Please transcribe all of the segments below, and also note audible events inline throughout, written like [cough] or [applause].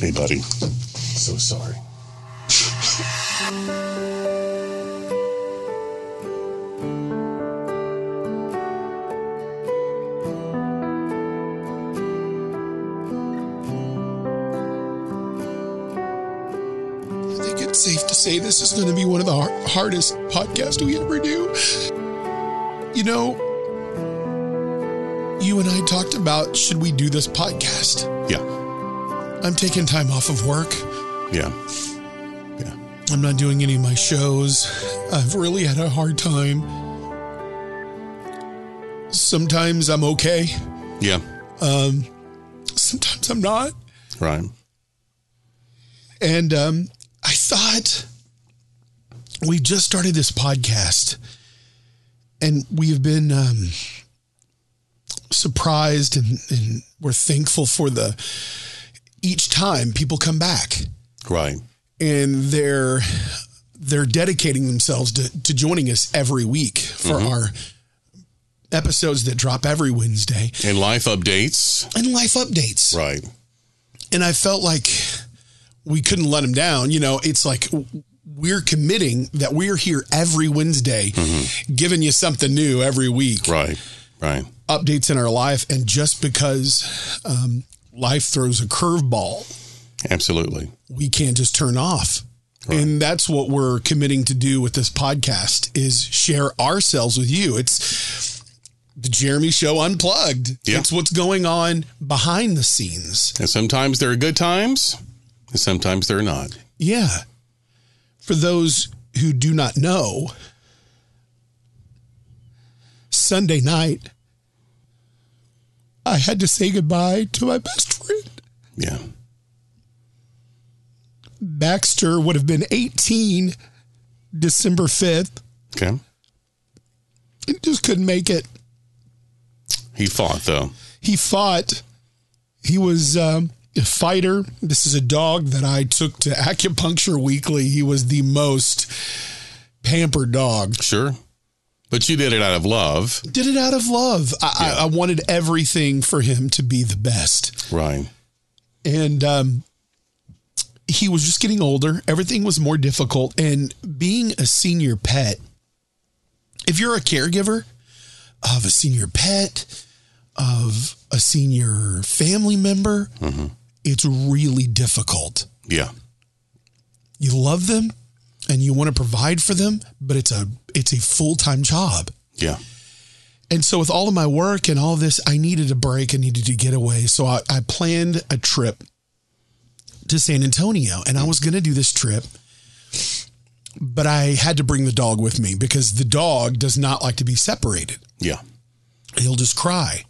Hey, buddy. So sorry. I think it's safe to say this is going to be one of the har- hardest podcasts we ever do. You know, you and I talked about should we do this podcast? Yeah. I'm taking time off of work. Yeah. Yeah. I'm not doing any of my shows. I've really had a hard time. Sometimes I'm okay, Yeah. sometimes I'm not. Right. And um, I thought we just started this podcast and we have been um, surprised and, and we're thankful for the each time people come back Right. and they're they're dedicating themselves to, to joining us every week for our episodes that drop every Wednesday And life updates. and life updates Right. and I felt like we couldn't let him down. You know, it's like we're committing that we're here every Wednesday, giving you something new every week, Mm-hmm. Right. Right. updates in our life. And just because um, life throws a curveball, Absolutely. we can't just turn off. And that's what we're committing to do with this podcast is share ourselves with you. It's the Jeremy Show Unplugged. Yeah. It's what's going on behind the scenes. And sometimes there are good times, and sometimes there are not. Yeah. For those who do not know, Sunday night, I had to say goodbye to my best friend. Yeah. Baxter would have been 18 December 5th Okay. and just couldn't make it. He fought though. He fought. He was um, a fighter. This is a dog that I took to acupuncture weekly. He was the most pampered dog. Sure. But you did it out of love. did it out of love. I, I, I wanted everything for him to be the best. Right. And um, he was just getting older. Everything was more difficult. And being a senior pet, if you're a caregiver of a senior pet, of a senior family member, it's really difficult. Yeah. You love them and you want to provide for them, but it's a it's a full-time job. Yeah. And so, with all of my work and all this, I needed a break. I needed to get away. So, I, I planned a trip to San Antonio and I was going to do this trip, but I had to bring the dog with me because the dog does not like to be separated. Yeah. He'll just cry.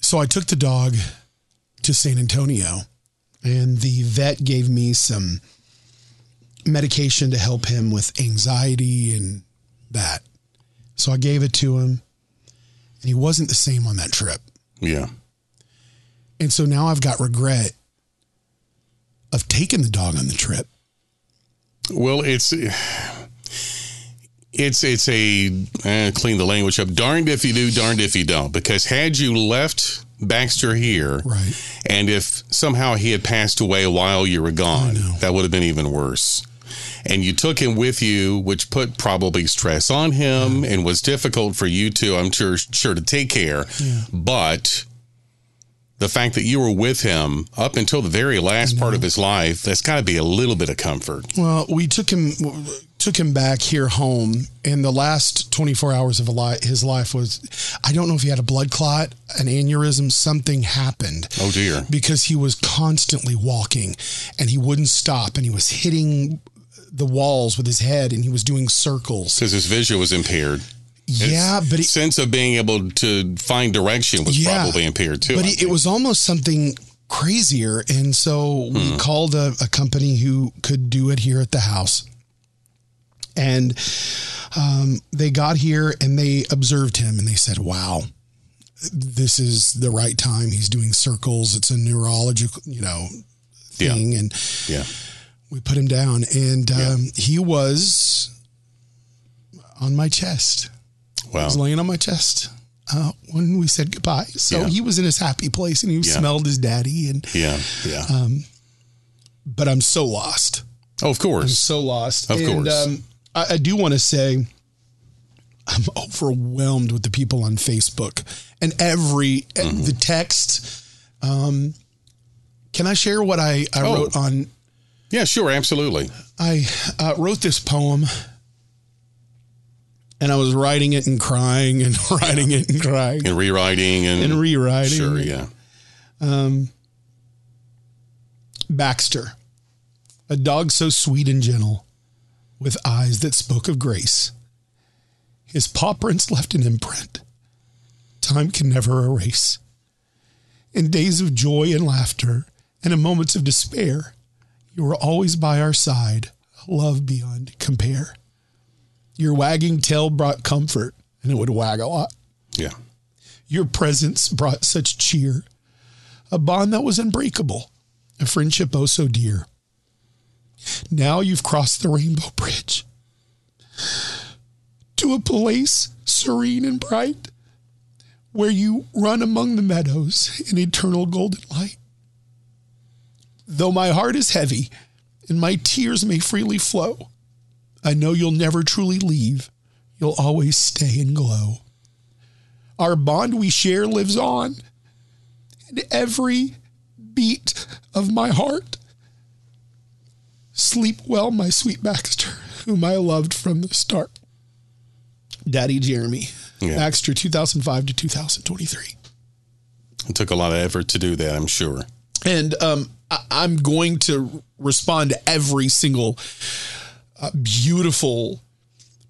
So, I took the dog to San Antonio and the vet gave me some medication to help him with anxiety and that. So I gave it to him, and he wasn't the same on that trip. Yeah. And so now I've got regret of taking the dog on the trip. Well, it's it's it's a eh, clean the language up. Darned if you do, darned if you don't. Because had you left Baxter here, Right. and if somehow he had passed away while you were gone, that would have been even worse. And you took him with you, which put probably stress on him and was difficult for you to, I'm sure, sure to take care. But the fact that you were with him up until the very last part of his life, that's got to be a little bit of comfort. Well, we took him took him back here home, and the last 24 hours of a li- his life was I don't know if he had a blood clot, an aneurysm, something happened. Oh dear. because he was constantly walking and he wouldn't stop and he was hitting the walls with his head and he was doing circles. because his vision was impaired. yeah, but it, Sense of being able to find direction was Yeah. probably impaired too. but I it, it think. was almost something crazier. And so we called a, a company who could do it here at the house. And um, they got here and they observed him and they said, wow, this is the right time. He's doing circles. It's a neurological, you know, Yeah. thing. And yeah, we put him down and um, he was on my chest. He was wow, laying on my chest. uh, when we said goodbye. So Yeah. he was in his happy place and he Yeah. smelled his daddy. And Yeah. Yeah. uh, but I'm so lost, oh, of course. so lost. Of and, course. um, I, I do want to say I'm overwhelmed with the people on Facebook and every e, Mm-hmm. the text. Um, can I share what I, I Oh. wrote on Yeah, sure. Absolutely. I uh, wrote this poem and I was writing it and crying and [laughs] writing it and crying And rewriting and, and rewriting. Sure. Yeah. Baxter, a dog so sweet and gentle, with eyes that spoke of grace. His paw prints left an imprint time can never erase. In days of joy and laughter, and in moments of despair, you were always by our side, love beyond compare. Your wagging tail brought comfort, and it would wag a lot. Yeah. Your presence brought such cheer, a bond that was unbreakable, a friendship oh so dear. Now you've crossed the rainbow bridge to a place serene and bright where you run among the meadows in eternal golden light. Though my heart is heavy and my tears may freely flow, I know you'll never truly leave. You'll always stay and glow our bond we share lives on in every beat of my heart. Sleep well, my sweet Baxter, whom I loved from the start. Daddy Jeremy, Yeah. Baxter 2005 to 2023. It took a lot of effort to do that, I'm sure. And um, I- I'm going to respond to every single uh, beautiful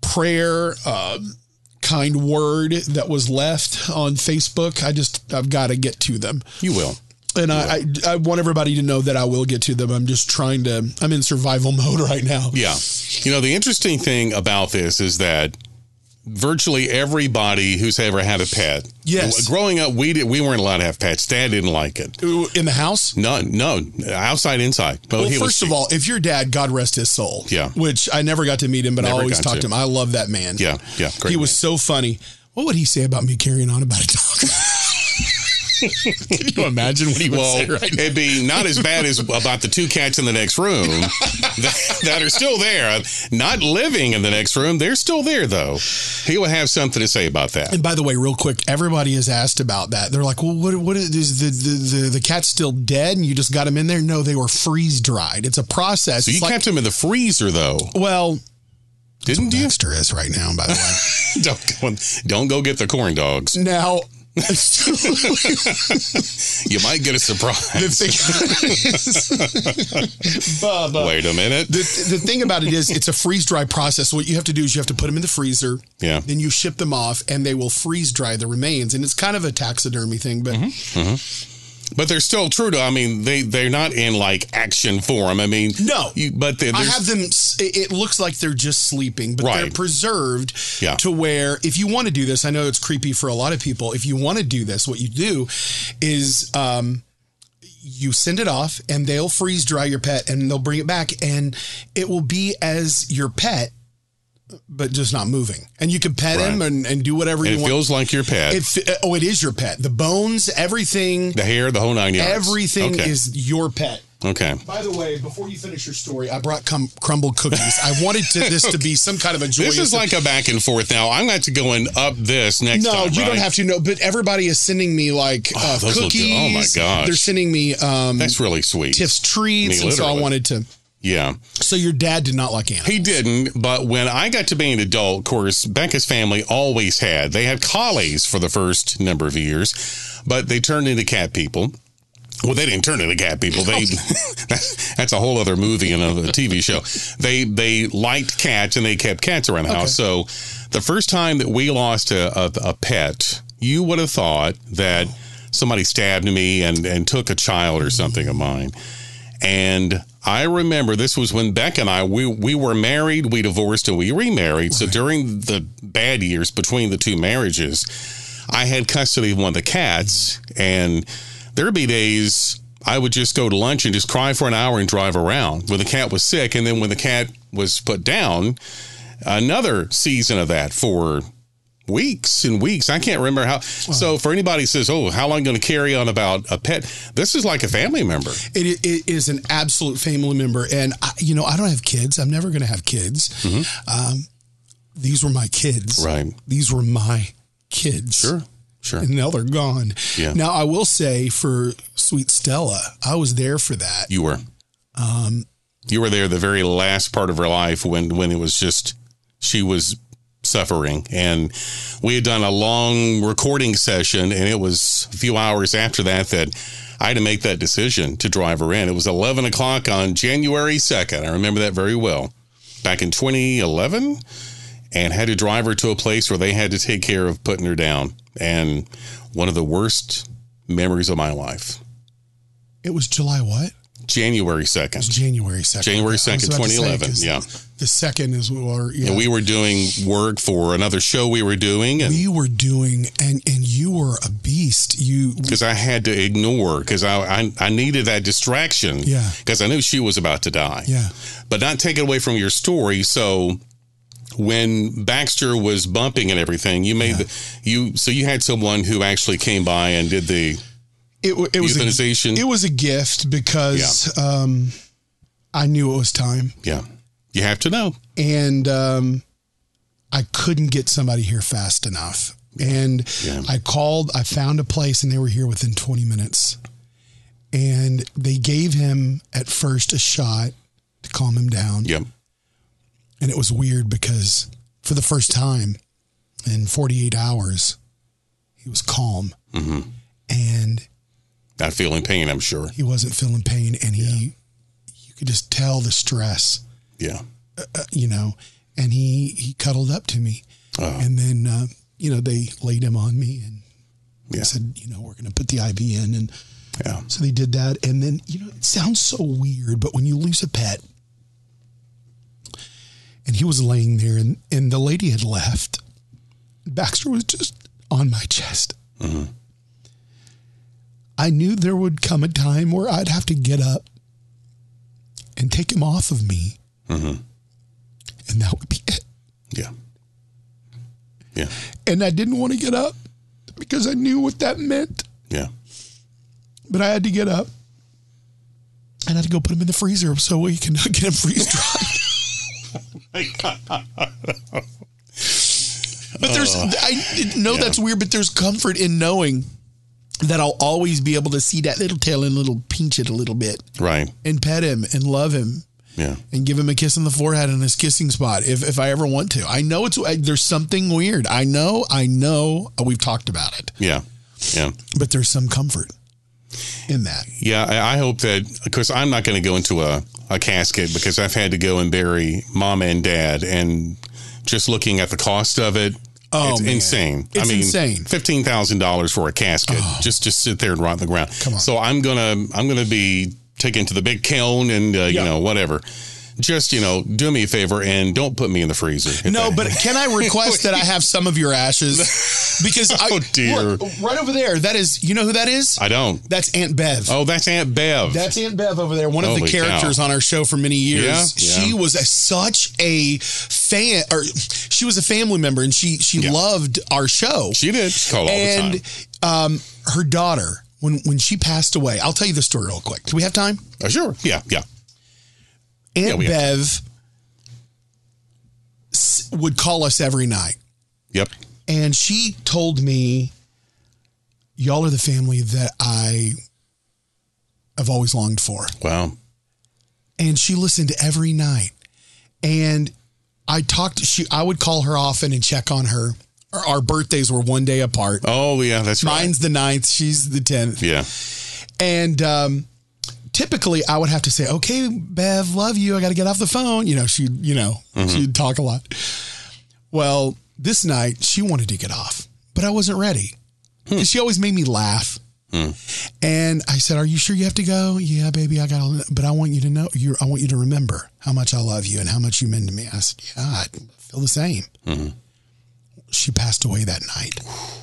prayer, um, kind word that was left on Facebook. I just, I've got to get to them. You will. And I, I, I want everybody to know that I will get to them. I'm just trying to, I'm in survival [laughs] mode right now. Yeah. You know, the interesting thing about this is that virtually everybody who's ever had a pet. Yes. Growing up, we did, we weren't allowed to have pets. Dad didn't like it. In the house? No, no, outside, inside. But Well, he was- first of all, if your dad, God rest his soul, Yeah. which I never got to meet him, but I Never always got talked to. to him. I love that man. yeah, yeah, great he was so funny. What would he say about me carrying on about a dog? [laughs] Can you imagine what he would Well, say right now? it'd be not as bad as about the two cats in the next [laughs] room that, that are still there, not living in the next room. They're still there, though. He would have something to say about that. And by the way, real quick, everybody is asked about that. They're like, "Well, what? What is, is the, the the the cat's still dead, and you just got him in there?" No, they were freeze dried. It's a process. So you It's like, kept him in the freezer, though, well, didn't [laughs] you? Dexter is right now. By the way, Don't go, don't go get the corn dogs. [laughs] now You might get a surprise. [laughs] the thing Bubba. Wait a minute. the, the thing about it is it's a freeze dry process. What you have to do is you have to put them in the freezer. Yeah. Then you ship them off and they will freeze dry the remains. And it's kind of a taxidermy thing, but But they're still true to. I mean, they they're not in like action form. I mean, No. You, but they I have them. s- It it looks like they're just sleeping, but they're Right. preserved Yeah. to where if you want to do this, I know it's creepy for a lot of people. If you want to do this, what you do is um, you send it off and they'll freeze dry your pet and they'll bring it back and it will be as your pet, but just not moving. And you can pet him Right. and, and do whatever it you want. feels like your pet. It fe- oh, it is your pet. The bones, everything, the hair, the whole nine yards. everything Okay. is your pet. okay. By the way, before you finish your story, I brought cum- crumble cookies. I wanted to, this to be some kind of a joyous. This is like a back and forth now. I'm going to go and up this next no, time. you right? don't have to know. But everybody is sending me like uh, those look cookies. good. Oh, my gosh. They're sending me um, That's really sweet. Tiff's treats, Me, and so I literally. wanted to. Yeah. So your dad did not like animals. He didn't, but when I got to be an adult, of course, Becca's family always had. They had collies for the first number of years, but they turned into cat people. Well, they didn't turn into cat people. They [laughs] that's, that's a whole other movie and a TV show. They they liked cats and they kept cats around the house. So the first time that we lost a, a, a pet, you would have thought that somebody stabbed me and and took a child or something of mine. And I remember this was when Beck and I we we were married, we divorced, and we remarried. So during the bad years between the two marriages, I had custody of one of the cats, and there'd be days I would just go to lunch and just cry for an hour and drive around when the cat was sick, and then when the cat was put down, another season of that for weeks and weeks. I can't remember how. So for anybody who says, "Oh, how long going to carry on about a pet?" This is like a family member. It, it is an absolute family member, and I, you know I don't have kids. I'm never going to have kids. Um, these were my kids. Right. These were my kids. Sure. Sure. And now they're gone. Yeah. Now I will say for Sweet Stella, I was there for that. You were. Um, you were there the very last part of her life when when it was just she was suffering, and we had done a long recording session, and it was a few hours after that that I had to make that decision to drive her in. It was eleven o'clock on January second. I remember that very well. Back in 2011, and had to drive her to a place where they had to take care of putting her down, and one of the worst memories of my life. It was July what? January 2nd. January second. January I was 2nd, about to say, 2011, 'cause yeah. The second is or yeah. And we, we were doing work for another show we were doing. And were doing and and you were a beast. You because I had to ignore, because I, I, I needed that distraction. Yeah. Because I knew she was about to die. yeah. But not take it away from your story. So when Baxter was bumping and everything, you made the, you, so you had someone who actually came by and did the It wa- it was a, euthanization. it was a gift because um I knew it was time yeah. You have to know. and um I couldn't get somebody here fast enough. And Yeah. I called, I found a place and they were here within 20 minutes. And they gave him at first a shot to calm him down. Yep. And it was weird because for the first time in 48 hours, he was calm and Not feeling pain, I'm sure. he wasn't feeling pain. And he, you could just tell the stress, Yeah. uh, you know, and he, he cuddled up to me. And then, uh, you know, they laid him on me and Yeah. said, you know, we're going to put the IV in. And Yeah. so they did that. And then, you know, it sounds so weird, but when you lose a pet, and he was laying there, and, and the lady had left, Baxter was just on my chest. I knew there would come a time where I'd have to get up and take him off of me. And that would be it. Yeah. Yeah. And I didn't want to get up because I knew what that meant. Yeah. but I had to get up and I had to go put him in the freezer so we can get him freeze dried. but there's, I know that's weird, but there's comfort in knowing that I'll always be able to see that little tail and little pinch it a little bit Right. and pet him and love him Yeah. and give him a kiss on the forehead in his kissing spot if, if I ever want to. I know it's, I, there's something weird. I know, I know uh, we've talked about it, Yeah. Yeah. but there's some comfort in that. Yeah. I, I hope that, because I'm not going to go into a, a casket because I've had to go and bury mom and dad. And just looking at the cost of it, Oh, it's man. insane. It's insane. Oh. $15,000 for a casket just to sit there and rot in the ground. Come on. So I'm going to, I'm going to be taken to the big kiln and, uh, you Yeah. know, whatever. Just, you know, do me a favor and don't put me in the freezer. if No, that- but can I request that I [laughs] have some of your ashes? Because I, Oh, dear. look, right over there, that is. You know who that is? I don't. That's Aunt Bev. Oh, that's Aunt Bev. That's Aunt Bev over there, one of the Holy cow. characters on our show for many years. Yeah, She yeah. was a, such a fan, or she was a family member, and she she Yeah. loved our show. she did. She called all the and time. um, her daughter, when when she passed away, I'll tell you the story real quick. Do we have time? Oh, sure. Yeah. Yeah. Aunt we have Bev s- would call us every night. Yep. and she told me y'all are the family that i have always longed for Wow. and she listened every night and i talked she i would call her often and check on her our, our birthdays were one day apart Oh, yeah. That's right. mine's the ninth she's the 10th Yeah. and um typically i would have to say okay bev love you i gotta get off the phone you know she you know she'd talk a lot well this night she wanted to get off but i wasn't ready 'Cause she always made me laugh and i said are you sure you have to go yeah baby i gotta but i want you to know you i want you to remember how much i love you and how much you mean to me i said yeah i feel the same she passed away that night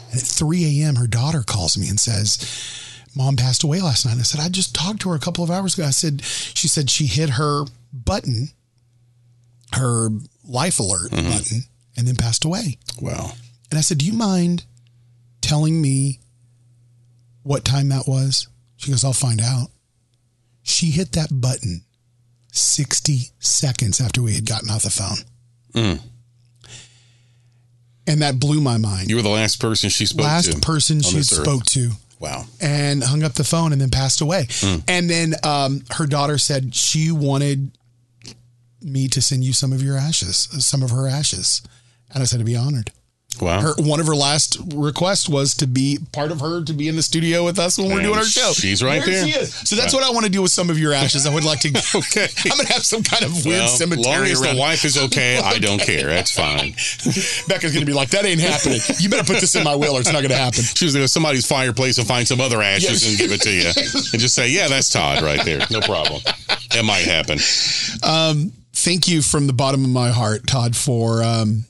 and at 3 a.m her daughter calls me and says mom passed away last night. I said, I just talked to her a couple of hours ago. I said, she said she hit her button, Mm-hmm. her life alert button, and then passed away. Wow. And I said, Do you mind telling me what time that was? She goes, I'll find out. She hit that button 60 seconds after we had gotten off the phone. Mm. And that blew my mind. You were the last person she spoke Last to. person she this earth. spoke to Wow. and hung up the phone and then passed away. Hmm. And then um, her daughter said she wanted me to send you some of your ashes, some of her ashes. And I said, I'd be honored. Wow. Her, one of her last requests was to be part of her to be in the studio with us when we're And doing our show. she's right there. She is. So that's what I want to do with some of your ashes. I [laughs] would like to. Okay. I'm gonna have some kind of weird well, long cemetery as the around. wife is okay, I don't care. That's fine. Becca's gonna be like, "That ain't happening. You better put this in my will, or it's not gonna happen." She was going to somebody's fireplace and find some other ashes Yes. and give it to you, and just say, "Yeah, that's Todd right there. No problem. That might happen." thank you from the bottom of my heart, Todd, for um,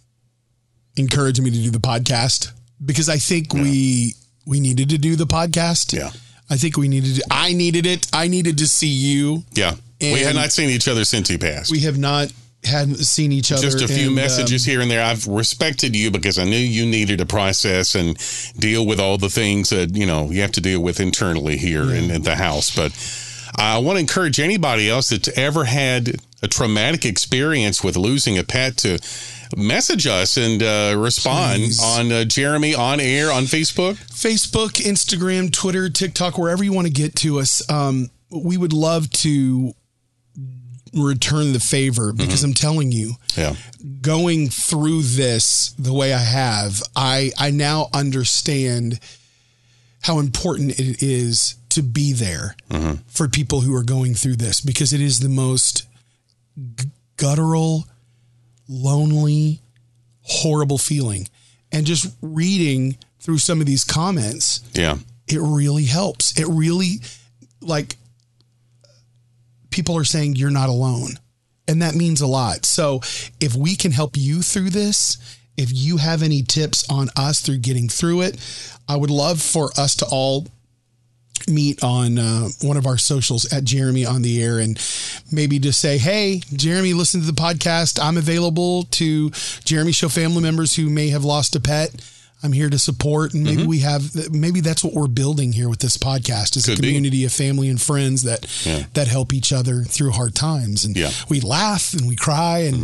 encouraging me to do the podcast because I think we we needed to do the podcast. Yeah. I think we needed. To, I needed it. I needed to see you. Yeah, we had And- not seen each other since he passed. We have not hadn't seen each other. just a few and, messages um, here and there. I've respected you because I knew you needed to process and deal with all the things that you know you have to deal with internally here in, in the house. But I want to encourage anybody else that's ever had a traumatic experience with losing a pet to message us and uh, respond Please. on uh, Jeremy on air on Facebook. Facebook, Instagram, Twitter, TikTok, wherever you want to get to us. Um, we would love to return the favor because Mm-hmm. I'm telling you, Yeah, going through this the way I have, I I now understand how important it is to be there for people who are going through this because it is the most g- guttural, lonely, horrible feeling. And just reading through some of these comments, yeah, it really helps. It really like people are saying you're not alone. And that means a lot. So if we can help you through this, if you have any tips on us through getting through it, I would love for us to all meet on uh, one of our socials at Jeremy on the air and maybe just say, Hey, Jeremy, listen to the podcast. I'm available to Jeremy Show family members who may have lost a pet. I'm here to support. And maybe Mm-hmm. we have, maybe that's what we're building here with this podcast is a Could be. community of family and friends that, Yeah. that help each other through hard times. And Yeah. Mm-hmm. we laugh and we cry. And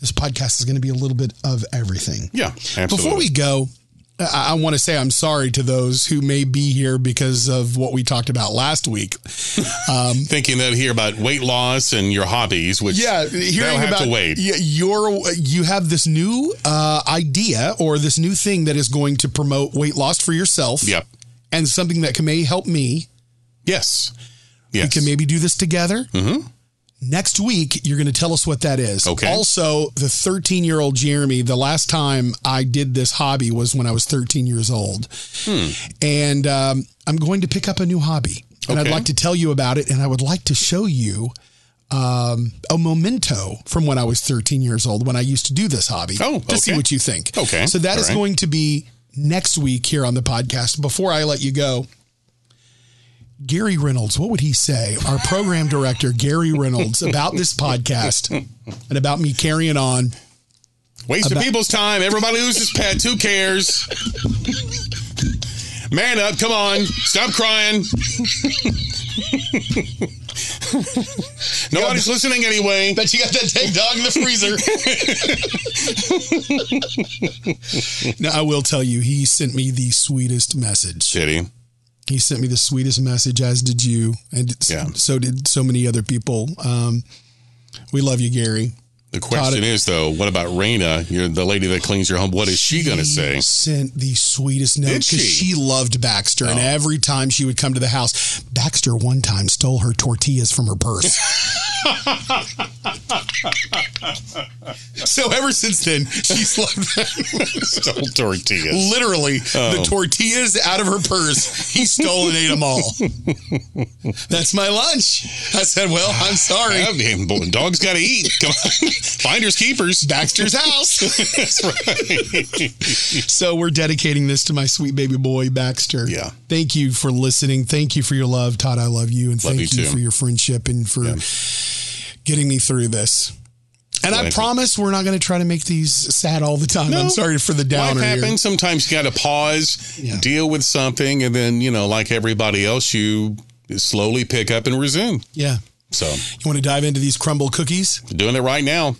this podcast is going to be a little bit of everything. yeah. Absolutely. Before we go, I, I want to say I'm sorry to those who may be here because of what we talked about last week. thinking that here about weight loss and your hobbies, which Yeah, they'll hearing have about to wait. Yeah, you're you have this new uh, idea or this new thing that is going to promote weight loss for yourself. Yep. and something that can may help me. Yes. Yes. Mm-hmm. We can maybe do this together. Next week, you're going to tell us what that is. Okay. Also, the 13 year old Jeremy, the last time I did this hobby was when I was 13 years old. Hmm. And um, I'm going to pick up a new hobby. And Okay. I'd like to tell you about it. And I would like to show you um, a memento from when I was 13 years old when I used to do this hobby Oh, to see okay. what you think. Okay. So that is All right. going to be next week here on the podcast. Before I let you go, Gary Reynolds, what would he say, our program director, Gary Reynolds, about this podcast and about me carrying on? Waste of people's time. Everybody loses pets. Who cares? Man up. Come on. Stop crying. Nobody's listening anyway. Bet you got that dang dog in the freezer. now, I will tell you, he sent me the sweetest message. Shitty. He sent me the sweetest message, as did you. And s- Yeah. so did so many other people. Um, we love you, Gary. The question Todd- is, though, what about Raina? You're the lady that cleans your home. What is she going to say? [laughs] Sent the sweetest note Did because she? Oh. she? loved Baxter, and every time she would come to the house, Baxter one time stole her tortillas from [laughs] her purse. so ever since then, she's loved that. Stole tortillas. Literally, Oh. the tortillas out of her purse, he stole and ate [laughs] them all. That's my lunch. I said, "Well, I'm sorry." Yeah, damn, boy, Dogs got to eat. Come on. [laughs] Finders keepers. Baxter's house. [laughs] That's right. so we're dedicating this to my sweet baby boy Baxter. Yeah. Thank you for listening. Thank you for your love, Todd. I love you, and Love thank you you, too. for your friendship and for getting me through this. And I Life- promise we're not going to try to make these sad all the time. No. I'm sorry for the Life downer here. happens. Sometimes you got to pause, Yeah. deal with something, and then, you know, like everybody else, you slowly pick up and resume. Yeah. So, You want to dive into these crumble cookies? doing it right now.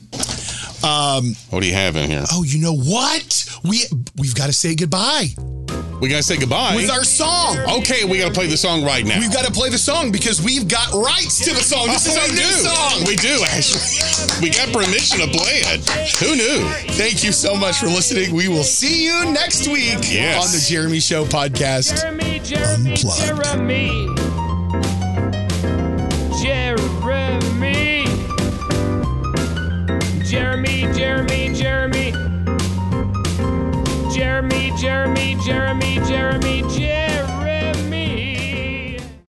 Um, Um, what do you have in here? Oh, you know what? We we've got to say goodbye We got to say goodbye. with our song. okay, we got to play the song right now. We've got to play the song because we've got rights to the song. This is Oh, our we new song. We do, actually. We got permission to play it. Who knew? Thank you so much for listening. We will see you next week Yes. on the Jeremy Show podcast. Jeremy, Jeremy, Unplugged. Jeremy.